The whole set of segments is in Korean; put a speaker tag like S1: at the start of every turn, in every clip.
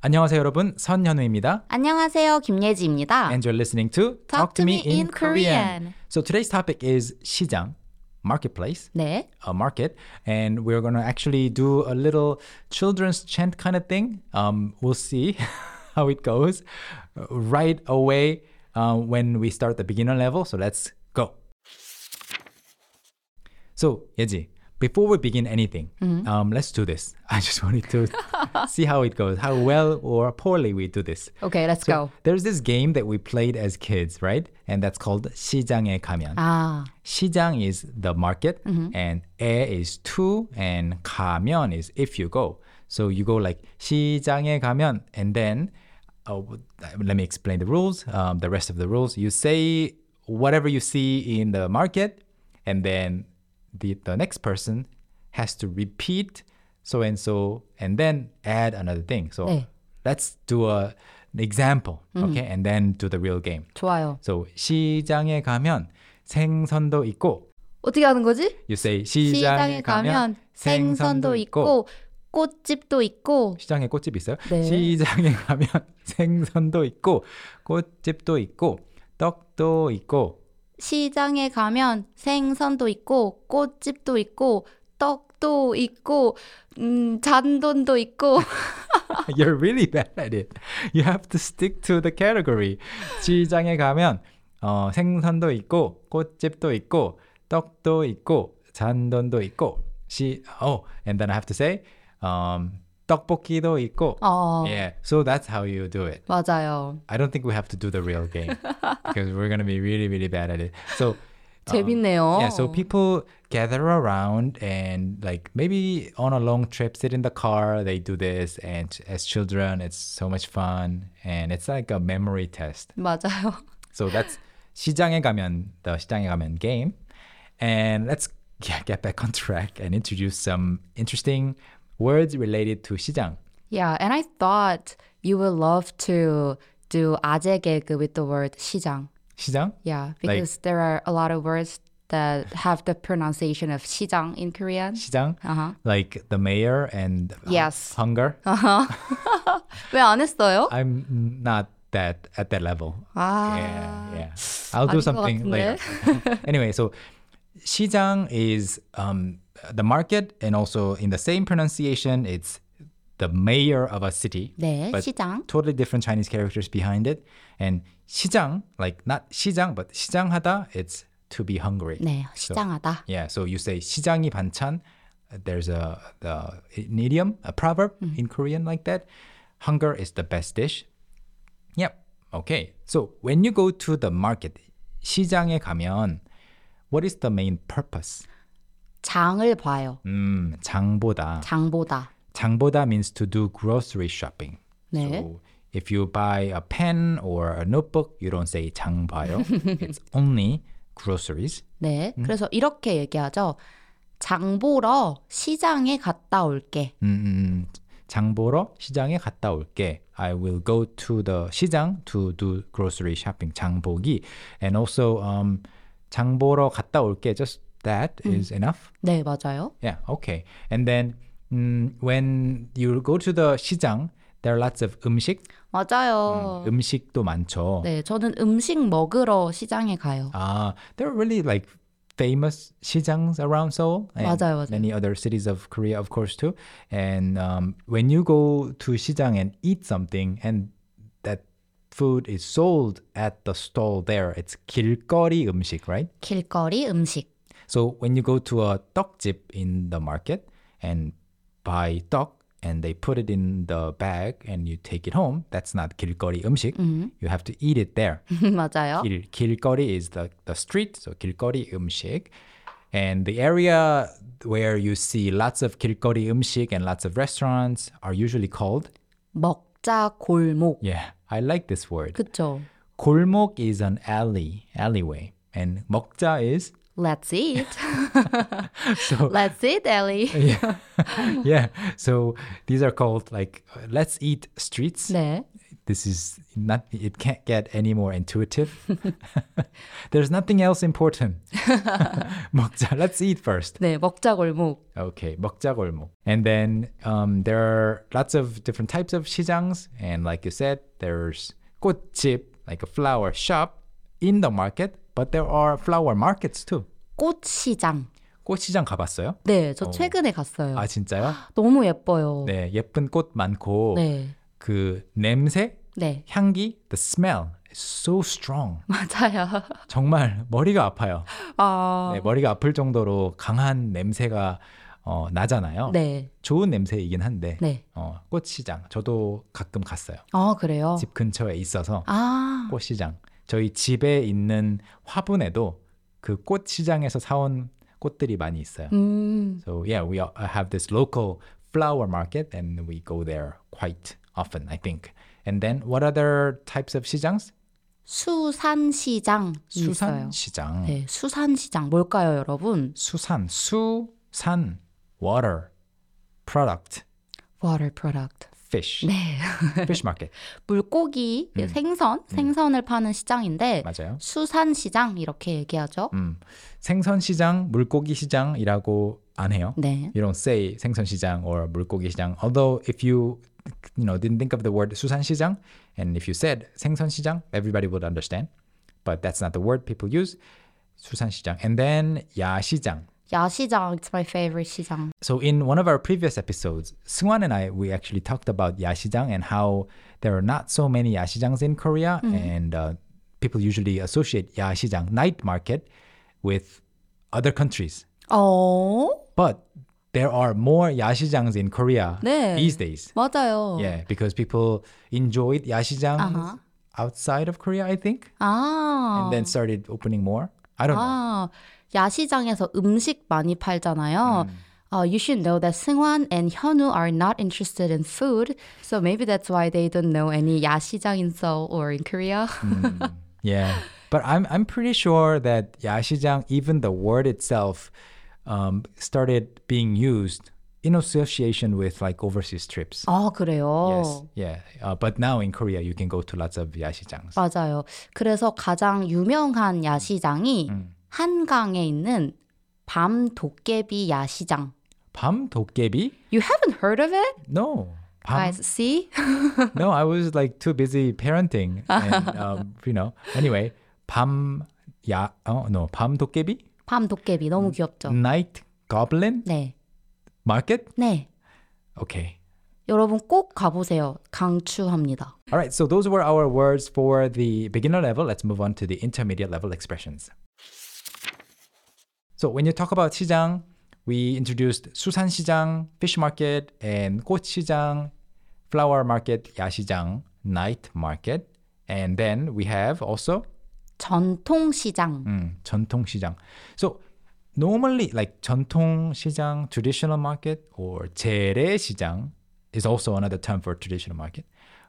S1: 안녕하세요 여러분 선현우입니다.
S2: 안녕하세요. 김예지입니다.
S1: And you're listening to Talk to Me in Korean. So today's topic is 시장, marketplace,
S2: 네.
S1: a market, and we're gonna actually do a little children's chant kind of thing. Um, we'll see how it goes uh, right away uh, when we start the beginner level. So let's go. So Yeji, before we begin anything, um, let's do this. I just wanted to see how it goes, how well or poorly we do this.
S2: Okay, let's
S1: So
S2: go.
S1: there's this game that we played as kids, right? And that's called 시장에 가면.
S2: 아,
S1: 시장 is the market, and 에 is to, and 가면 is if you go. So you go like 시장에 가면, and then uh, w- let me explain the rules. Um, the rest of the rules, you say whatever you see in the market, and then the the next person has to repeat so and so, and then add another thing. So
S2: 네.
S1: let's do a, an example, okay, and then do the real game.
S2: 좋아요.
S1: So 시장에 가면 생선도 있고
S2: 어떻게 하는 거지?
S1: you say 시장에, 가면 생선도 있고
S2: 꽃집도 있고
S1: 시장에 꽃집 있어요?
S2: 네.
S1: 시장에 가면 생선도 있고 꽃집도 있고 떡도 있고
S2: 시장에 가면 생선도 있고 꽃집도 있고 떡도 있고 음, 잔돈도 있고
S1: You're really bad at it. You have to stick to the category. 시장에 가면 어, 생선도 있고 꽃집도 있고 떡도 있고 잔돈도 있고 시 oh and then I have to say um, 떡볶이도 있고
S2: 어,
S1: Yeah, so that's how you do it.
S2: 맞아요.
S1: I don't think we have to do the real game because we're gonna be really, really bad at it. So,
S2: 재밌네요.
S1: yeah, 어. 예, so people gather around and like maybe on a long trip, sit in the car. They do this, and as children, it's so much fun, and it's like a memory test.
S2: 맞아요.
S1: So that's 시장에 가면 the 시장에 가면 game, and let's yeah, get back on track and introduce some interesting words related to 시장.
S2: Yeah, and I thought you would love to do 아재 개그 with the word 시장.
S1: 시장?
S2: Yeah,
S1: Like-
S2: because there are a lot of words that have the pronunciation of 시장 in Korean.
S1: 시장?
S2: Uh-huh.
S1: like the mayor and hu-
S2: Yes. Uh-huh.
S1: hunger.
S2: 왜 안 했어요?
S1: 아, I'm not that at that level.
S2: 아,
S1: yeah, yeah. I'll do
S2: 아닌 것
S1: something later. anyway, so 시장 is um, the market, and also in the same pronunciation, it's the mayor of a city.
S2: 네,
S1: but
S2: 시장.
S1: Totally different Chinese characters behind it, and 시장, like not 시장, but 시장하다, it's to be hungry.
S2: 네, 시장하다.
S1: Yeah, so you say 시장이 반찬. uh, There's a the, an idiom, a proverb in Korean like that. Hunger is the best dish. Yep. Okay. So when you go to the market, 시장에 가면, what is the main purpose?
S2: 장을 봐요.
S1: 음, 장보다.
S2: 장보다.
S1: 장보다 means to do grocery shopping.
S2: 네.
S1: So if you buy a pen or a notebook, you don't say 장 봐요. it's only groceries.
S2: 네,
S1: 음?
S2: 그래서 이렇게 얘기하죠. 장 보러 시장에 갔다 올게.
S1: 음, 음, 음. 장 보러 시장에 갔다 올게. I will go to the 시장 to do grocery shopping. 장 보기. And also um, 장 보러 갔다 올게. Just that is enough.
S2: 네, 맞아요.
S1: Yeah, okay. And then 음, when you go to the 시장, there are lots of 음식.
S2: 맞아요.
S1: 음식도 많죠.
S2: 네, 저는 음식 먹으러 시장에 가요.
S1: 아, Ah, there are really like famous 시장s around Seoul and
S2: 맞아요, 맞아요.
S1: many other cities of Korea, of course, too. And um, when you go to 시장 and eat something, and that food is sold at the stall there, it's 길거리 음식, right?
S2: 길거리 음식.
S1: So when you go to a 떡집 in the market and buy 떡 and they put it in the bag and you take it home, that's not 길거리 음식.
S2: Mm-hmm.
S1: You have to eat it there.
S2: 맞아요.
S1: 길, 길거리 is the, the street, so 길거리 음식. And the area where you see lots of 길거리 음식 and lots of restaurants are usually called
S2: 먹자 골목.
S1: yeah, I like this word.
S2: 그쵸?
S1: 골목 is an alley, alleyway, and 먹자 is
S2: Let's eat.
S1: So-
S2: Let's eat, Ellie.
S1: yeah. So these are called like uh, let's eat streets.
S2: 네.
S1: this is not it can't get any more intuitive. There's nothing else important. 먹자. Let's eat first.
S2: 네, 먹자 골목.
S1: Okay, 먹자 골목. And then um, there are lots of different types of 시장s. And like you said, there's 꽃집, like a flower shop in the market. But there are flower markets too.
S2: 꽃시장.
S1: 꽃시장 가봤어요?
S2: 네, 저 최근에 갔어요.
S1: 아 진짜요?
S2: 너무 예뻐요.
S1: 네, 예쁜 꽃 많고
S2: 네.
S1: 그 냄새,
S2: 네.
S1: 향기, the smell is so strong.
S2: 맞아요.
S1: 정말 머리가 아파요.
S2: 아.
S1: 네, 머리가 아플 정도로 강한 냄새가 어, 나잖아요.
S2: 네.
S1: 좋은 냄새이긴 한데
S2: 네.
S1: 어, 꽃시장 저도 가끔 갔어요.
S2: 아, 그래요?
S1: 집 근처에 있어서
S2: 아.
S1: 꽃시장 저희 집에 있는 화분에도 그 꽃시장에서 사온 꽃들이 많이 있어요.
S2: 음.
S1: So yeah, we all- have this local flower market, and we go there quite often, I think. And then what other types of 시장s?
S2: 수산시장 있어요.
S1: 수산 시장.
S2: 네, 수산시장 뭘까요, 여러분?
S1: 수산, 수산, water, product,
S2: Water product.
S1: fish,
S2: 네.
S1: fish market.
S2: 물고기, 생선, 생선을 파는 시장인데
S1: 음. 맞아요.
S2: 수산시장 이렇게 얘기하죠.
S1: 음, 생선 시장, 물고기 시장이라고 안 해요.
S2: 네.
S1: You don't say 생선 시장 or 물고기 시장. Although if you you know didn't think of the word 수산 시장 and if you said 생선 시장, everybody would understand. But that's not the word people use. 수산 시장. And then 야시장.
S2: 야시장 it's my favorite 시장.
S1: So in one of our previous episodes, Sungwan and I we actually talked about 야시장 and how there are not so many 야시장s in Korea and uh, people usually associate 야시장 night market with other countries.
S2: 어?
S1: But there are more 야시장s in Korea
S2: 네.
S1: these days.
S2: 맞아요.
S1: Yeah, because people enjoyed 야시장
S2: Oh. Uh-huh.
S1: outside of Korea, I think,
S2: 아.
S1: and then started opening more. I don't know.
S2: 아, 야시장에서 음식 많이 팔잖아요.
S1: 음.
S2: Uh, you should know that Seungwan and Hyunwoo are not interested in food, so maybe that's why they don't know any 야시장 in Seoul or in Korea.
S1: 음. Yeah, but I'm I'm pretty sure that 야시장, even the word itself, um, started being used in association with like overseas trips.
S2: 아, 그래요?
S1: Yes, yeah. Uh, but now in Korea, you can go to lots of 야시장s.
S2: 맞아요. 그래서 가장 유명한 야시장이
S1: 음.
S2: 한강에 있는 밤 도깨비 야시장.
S1: 밤 도깨비?
S2: You haven't heard of it?
S1: No. 밤?
S2: Guys, see?
S1: No, I was like too busy parenting, and um, you know. Anyway, 밤 야, oh no, 밤 도깨비?
S2: 밤 도깨비 너무
S1: 음.
S2: 귀엽죠?
S1: Night Goblin
S2: 네.
S1: Market?
S2: 네.
S1: Okay.
S2: 여러분 꼭 가보세요. 강추합니다.
S1: All right, so those were our words for the beginner level. Let's move on to the intermediate level expressions. So when you talk about 시장, we introduced 수산 시장, fish market, and 꽃 시장, flower market, 야시장, night market, and then we have also
S2: 전통시장.
S1: 음, 전통 시장. So normally like 전통 시장, traditional market or 재래 시장 is also another term for traditional market.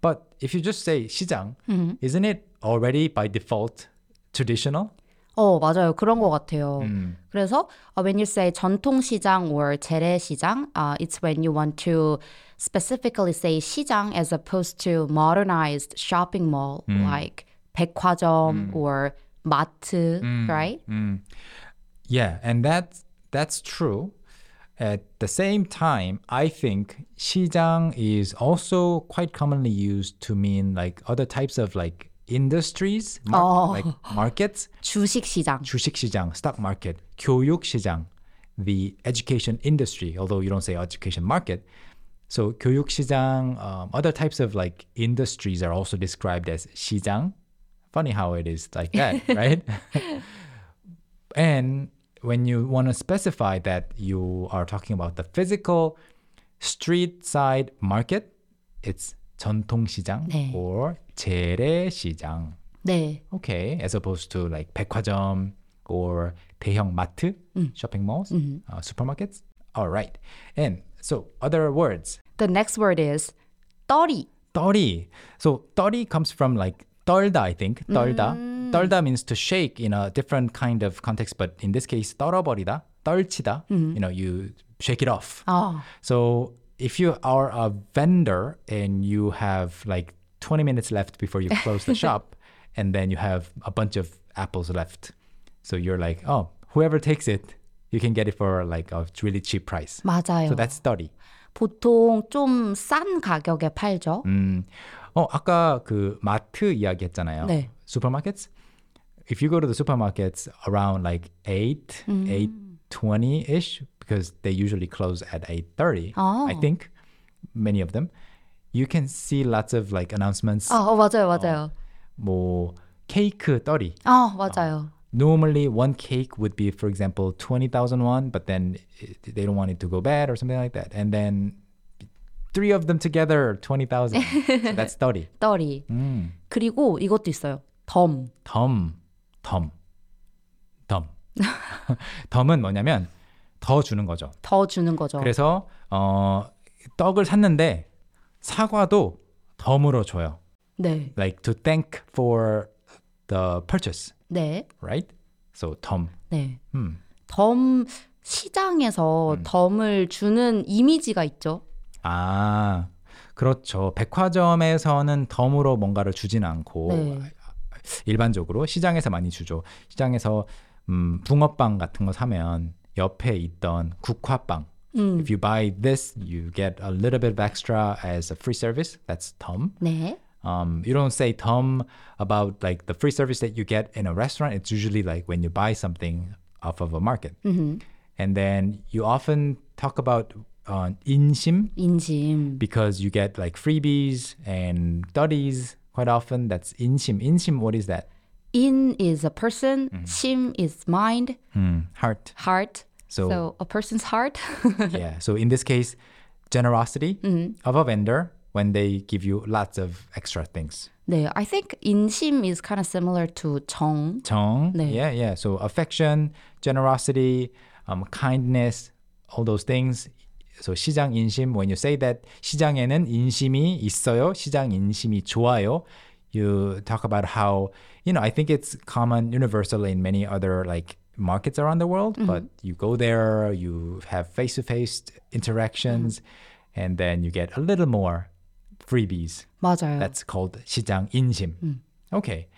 S1: But if you just say 시장, isn't it already by default traditional?
S2: 어, 맞아요. 그런 것 같아요.
S1: 음.
S2: 그래서 uh, when you say 전통시장 or 재래시장, uh, it's when you want to specifically say 시장 as opposed to modernized shopping mall
S1: 음.
S2: like 백화점 or 마트,
S1: 음.
S2: right?
S1: Yeah, and that's that's true. At the same time, I think 시장 is also quite commonly used to mean like other types of like industries, mar- like markets.
S2: 주식시장.
S1: 주식시장, stock market, 교육시장, the education industry, although you don't say education market. So 교육시장, um, other types of like industries are also described as 시장. Funny how it is like that, right? and when you want to specify that you are talking about the physical street side market, it's 전통시장
S2: 네.
S1: or 재래시장.
S2: 네.
S1: Okay, as opposed to like 백화점 or 대형 마트, shopping malls, uh, supermarkets. All right. And so other words.
S2: The next word is 떨이.
S1: 떨이. So 떨이 comes from like 떨다, I think. 떨다. 떨다 means to shake in a different kind of context, but in this case, 떨어버리다, 떨치다. You know, you shake it off.
S2: 아,
S1: So if you are a vendor and you have like 20 minutes left before you close the shop, and then you have a bunch of apples left. So you're like, oh, whoever takes it, you can get it for like a really cheap price.
S2: 맞아요.
S1: So that's 30.
S2: 보통 좀 싼 가격에 팔죠.
S1: 음. 어, 아까 그 마트 이야기 했잖아요.
S2: 네.
S1: Supermarkets? If you go to the supermarkets around like 8, 8.20-ish, because they usually close at 8.30,
S2: 아.
S1: I think, many of them, you can see lots of like announcements,
S2: 아, 어, 맞아요, 맞아요.
S1: 뭐, 케이크 30.
S2: 아, 맞아요.
S1: Normally, one cake would be, for example, 20,000 won, but then it- they don't want it to go bad or something like that. And then three of them together, 20,000. so that's Mm. 30.
S2: 떨이. 그리고 이것도 있어요. 덤.
S1: 덤, 덤, 덤. 덤은 뭐냐면 더 주는 거죠.
S2: 더 주는 거죠.
S1: 그래서 어, 떡을 샀는데 사과도 덤으로 줘요.
S2: 네.
S1: Like to thank for the purchase,
S2: 네.
S1: right? So 덤.
S2: 네.
S1: 음.
S2: 덤 시장에서 덤을 주는 이미지가 있죠.
S1: 아, 그렇죠. 백화점에서는 덤으로 뭔가를 주진 않고
S2: 네.
S1: 일반적으로 시장에서 많이 주죠. 시장에서 음, 붕어빵 같은 거 사면 옆에 있던 국화빵. If you buy this, you get a little bit of extra as a free service. That's 덤.
S2: 네.
S1: Um, you don't say 덤 about like the free service that you get in a restaurant. It's usually like when you buy something off of a market. And then you often talk about uh, 인심
S2: 인심.
S1: because you get like freebies and duddies quite often. That's inshim. Inshim, what is that?
S2: In is a person, 심 is mind,
S1: Mm, heart.
S2: heart.
S1: So-
S2: so a person's heart.
S1: yeah. So in this case, generosity of a vendor when they give you lots of extra things.
S2: 네, I think 인심 is kind of similar to 정.
S1: Tong.
S2: 네.
S1: Yeah, yeah. So affection, generosity, um, kindness, all those things. So 시장 인심. When you say that 시장에는 인심이 있어요. 시장 인심이 좋아요. You talk about how you know. I think it's common, universal in many other like markets around the world. But you go there, you have face-to-face interactions, and then you get a little more freebies.
S2: 맞아요.
S1: That's called 시장 인심. Okay.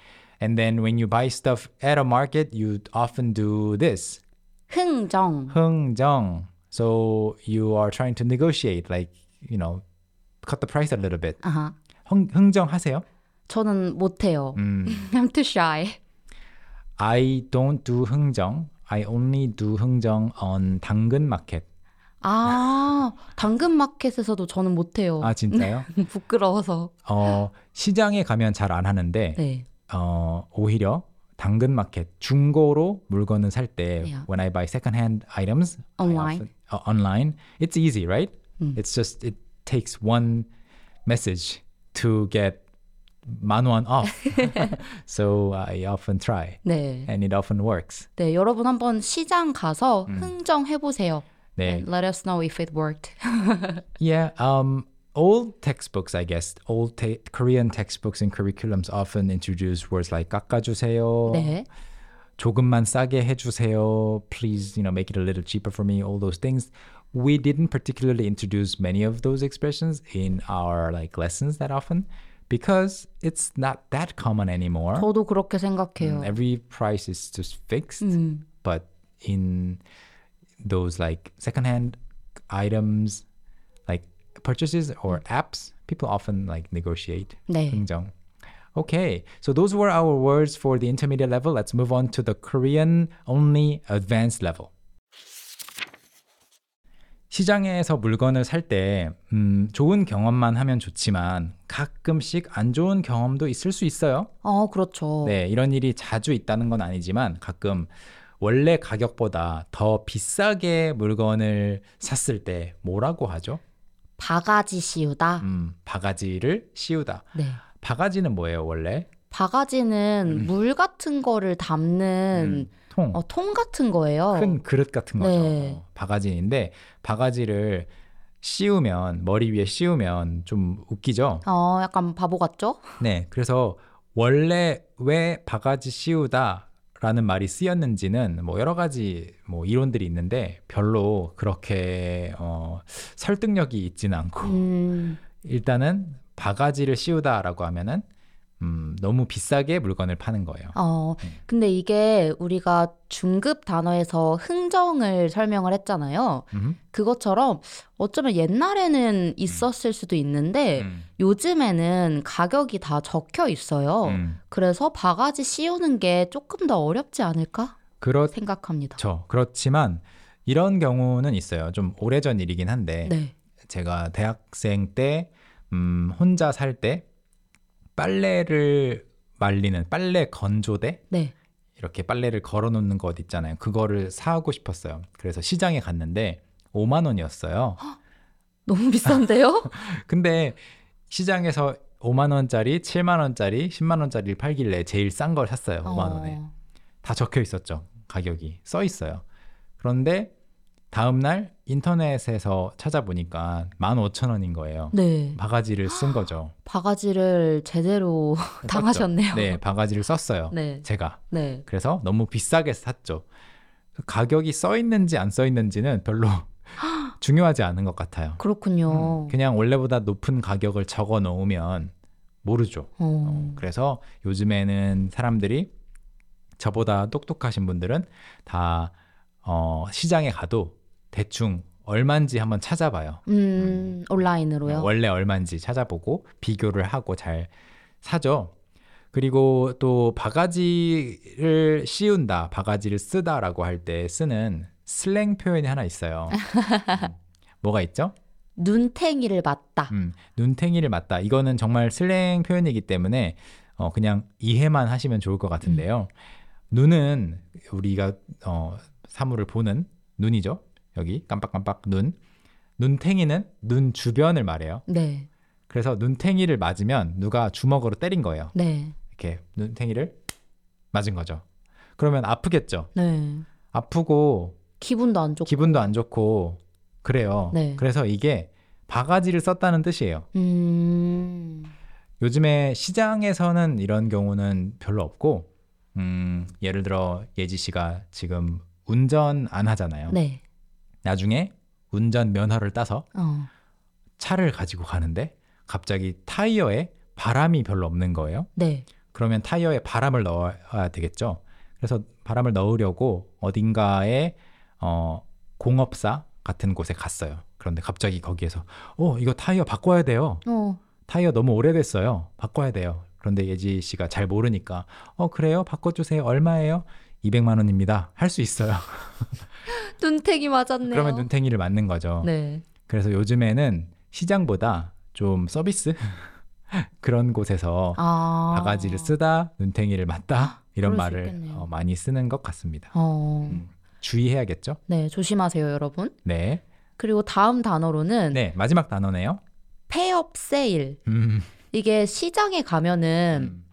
S1: And then when you buy stuff at a market, you often do this.
S2: 흥정.
S1: 흥정. So you are trying to negotiate, like, you know, cut the price a little bit.
S2: 아하.
S1: 흥, 흥정하세요?
S2: 저는 못해요. I'm too shy.
S1: I don't do 흥정. I only do 흥정 on 당근 마켓.
S2: 아, 당근 마켓에서도 저는 못해요.
S1: 아, 진짜요?
S2: 부끄러워서.
S1: 어, 시장에 가면 잘 안 하는데
S2: 네.
S1: 어, 오히려 당근 마켓 중고로 물건을 살 때
S2: Yeah.
S1: when I buy second hand items I
S2: Online.
S1: often- 어, online it's easy right it's just it takes one message to get 만원 off so I often try
S2: 네.
S1: and it often works
S2: 네, 여러분 한번 시장 가서 흥정해 보세요.
S1: 음. 네. 어.
S2: Let us know if it worked.
S1: Yeah, um, old textbooks, I guess, old te- Korean textbooks and curriculums often introduce words like 깎아주세요,
S2: 네.
S1: 조금만 싸게 해주세요. Please, you know, make it a little cheaper for me. All those things. We didn't particularly introduce many of those expressions in our like lessons that often because it's not that common anymore.
S2: 저도 그렇게 생각해요.
S1: Every price is just fixed, but in those like secondhand items, like purchases or apps, people often like negotiate.
S2: 네.
S1: 흥정. Okay, so those were our words for the intermediate level. Let's move on to the Korean only advanced level. 시장에서 물건을 살 때 음, 좋은 경험만 하면 좋지만 가끔씩 안 좋은 경험도 있을 수 있어요.
S2: 어, 그렇죠.
S1: 네, 이런 일이 자주 있다는 건 아니지만 가끔 원래 가격보다 더 비싸게 물건을 샀을 때 뭐라고 하죠?
S2: 바가지 씌우다.
S1: 음, 바가지를 씌우다.
S2: 네.
S1: 바가지는 뭐예요, 원래?
S2: 바가지는
S1: 음.
S2: 물 같은 거를 담는
S1: 통.
S2: 어, 통 같은 거예요.
S1: 음. 큰 그릇 같은 거죠.
S2: 네.
S1: 어, 바가지인데 바가지를 씌우면 머리 위에 씌우면 좀 웃기죠.
S2: 어, 약간 바보 같죠?
S1: 네, 그래서 원래 왜 바가지 씌우다라는 말이 쓰였는지는 뭐 여러 가지 뭐 이론들이 있는데 별로 그렇게 어, 설득력이 있지는 않고
S2: 음,
S1: 일단은 바가지를 씌우다라고 하면은 음, 너무 비싸게 물건을 파는 거예요.
S2: 어,
S1: 음.
S2: 근데 이게 우리가 중급 단어에서 흥정을 설명을 했잖아요.
S1: 음,
S2: 그것처럼 어쩌면 옛날에는 있었을 수도 있는데
S1: 음,
S2: 요즘에는 가격이 다 적혀 있어요.
S1: 음.
S2: 그래서 바가지 씌우는 게 조금 더 어렵지 않을까
S1: 그렇죠.
S2: 생각합니다.
S1: 그렇지만 이런 경우는 있어요. 좀 오래전 일이긴 한데
S2: 네.
S1: 제가 대학생 때 음, 혼자 살 때 빨래를 말리는 빨래 건조대
S2: 네.
S1: 이렇게 빨래를 걸어놓는 것 있잖아요. 그거를 사고 싶었어요. 그래서 시장에 갔는데 5만 원이었어요.
S2: 너무 비싼데요?
S1: 근데 시장에서 5만 원짜리, 7만 원짜리, 10만 원짜리를 팔길래 제일 싼 걸 샀어요. 5만 원에
S2: 어,
S1: 다 적혀 있었죠. 가격이 써 있어요. 그런데 다음 날 인터넷에서 찾아보니까 15,000원인 거예요.
S2: 네.
S1: 바가지를 쓴 거죠.
S2: 바가지를 제대로 당하셨네요.
S1: 네, 바가지를 썼어요.
S2: 네.
S1: 제가.
S2: 네.
S1: 그래서 너무 비싸게 샀죠. 가격이 써 있는지 안 써 있는지는 별로 중요하지 않은 것 같아요.
S2: 그렇군요.
S1: 음, 그냥 원래보다 높은 가격을 적어 놓으면 모르죠.
S2: 어.
S1: 그래서 요즘에는 사람들이 저보다 똑똑하신 분들은 다 어, 시장에 가도 대충 얼만지 한번 찾아봐요.
S2: 음, 온라인으로요.
S1: 아, 원래 얼만지 찾아보고 비교를 하고 잘 사죠. 그리고 또 바가지를 씌운다, 바가지를 쓰다라고 할 때 쓰는 슬랭 표현이 하나 있어요. 음, 뭐가 있죠?
S2: 눈탱이를 맞다.
S1: 음, 눈탱이를 맞다. 이거는 정말 슬랭 표현이기 때문에 어, 그냥 이해만 하시면 좋을 것 같은데요. 눈은 우리가 어, 사물을 보는 눈이죠. 여기 깜빡깜빡 눈. 눈탱이는 눈 주변을 말해요.
S2: 네.
S1: 그래서 눈탱이를 맞으면 누가 주먹으로 때린 거예요.
S2: 네.
S1: 이렇게 눈탱이를 맞은 거죠. 그러면 아프겠죠.
S2: 네.
S1: 아프고
S2: 기분도 안 좋고.
S1: 기분도 안 좋고 그래요.
S2: 네.
S1: 그래서 이게 바가지를 썼다는 뜻이에요.
S2: 음.
S1: 요즘에 시장에서는 이런 경우는 별로 없고 음, 예를 들어 예지 씨가 지금 운전 안 하잖아요.
S2: 네.
S1: 나중에 운전 면허를 따서
S2: 어.
S1: 차를 가지고 가는데 갑자기 타이어에 바람이 별로 없는 거예요.
S2: 네.
S1: 그러면 타이어에 바람을 넣어야 되겠죠. 그래서 바람을 넣으려고 어딘가에 어, 공업사 같은 곳에 갔어요. 그런데 갑자기 거기에서 어 이거 타이어 바꿔야 돼요.
S2: 어.
S1: 타이어 너무 오래됐어요. 바꿔야 돼요. 그런데 예지 씨가 잘 모르니까 어 그래요? 바꿔주세요. 얼마예요? 200만 원입니다. 할 수 있어요.
S2: 눈탱이 맞았네요.
S1: 그러면 눈탱이를 맞는 거죠.
S2: 네.
S1: 그래서 요즘에는 시장보다 좀 서비스 그런 곳에서
S2: 아.
S1: 바가지를 쓰다, 눈탱이를 맞다 이런
S2: 그럴 수
S1: 말을
S2: 있겠네요.
S1: 어, 많이 쓰는 것 같습니다.
S2: 어.
S1: 음. 주의해야겠죠?
S2: 네, 조심하세요, 여러분.
S1: 네,
S2: 그리고 다음 단어로는
S1: 네 마지막 단어네요.
S2: 폐업 세일.
S1: 음,
S2: 이게 시장에 가면은
S1: 음,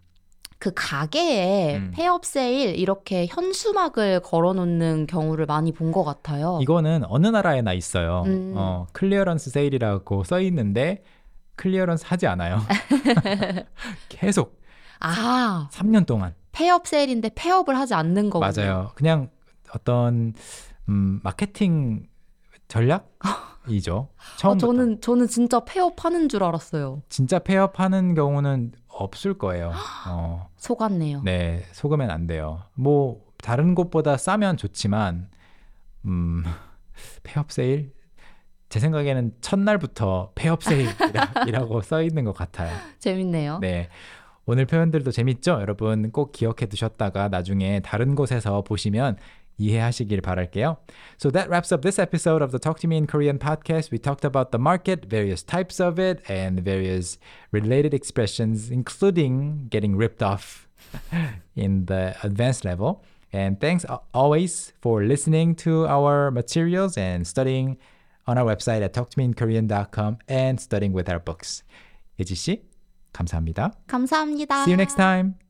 S2: 그 가게에
S1: 음.
S2: 폐업 세일 이렇게 현수막을 걸어 놓는 경우를 많이 본 것 같아요.
S1: 이거는 어느 나라에나 있어요.
S2: 음.
S1: 어, 클리어런스 세일이라고 써 있는데 클리어런스 하지 않아요. 계속
S2: 아,
S1: 3년 동안
S2: 폐업 세일인데 폐업을 하지 않는 거군요.
S1: 맞아요. 그냥 어떤 음, 마케팅 전략이죠.
S2: 아,
S1: 처음부터
S2: 저는 저는 진짜 폐업하는 줄 알았어요.
S1: 진짜 폐업하는 경우는 없을 거예요. 어,
S2: 속았네요.
S1: 네 속으면 안 돼요. 뭐 다른 곳보다 싸면 좋지만 음, 폐업 세일 제 생각에는 첫날부터 폐업 세일이라고 써 있는 것 같아요.
S2: 재밌네요.
S1: 네. 오늘 표현들도 재밌죠? 여러분 꼭 기억해 두셨다가 나중에 다른 곳에서 보시면 이해하시길 바랄게요. So that wraps up this episode of the Talk to Me in Korean podcast. We talked about the market, various types of it, and various related expressions, including getting ripped off in the advanced level. And thanks a- always for listening to our materials and studying on our website at talktomeinkorean.com and studying with our books. 예지 씨, 감사합니다.
S2: 감사합니다. 아.
S1: See you next time.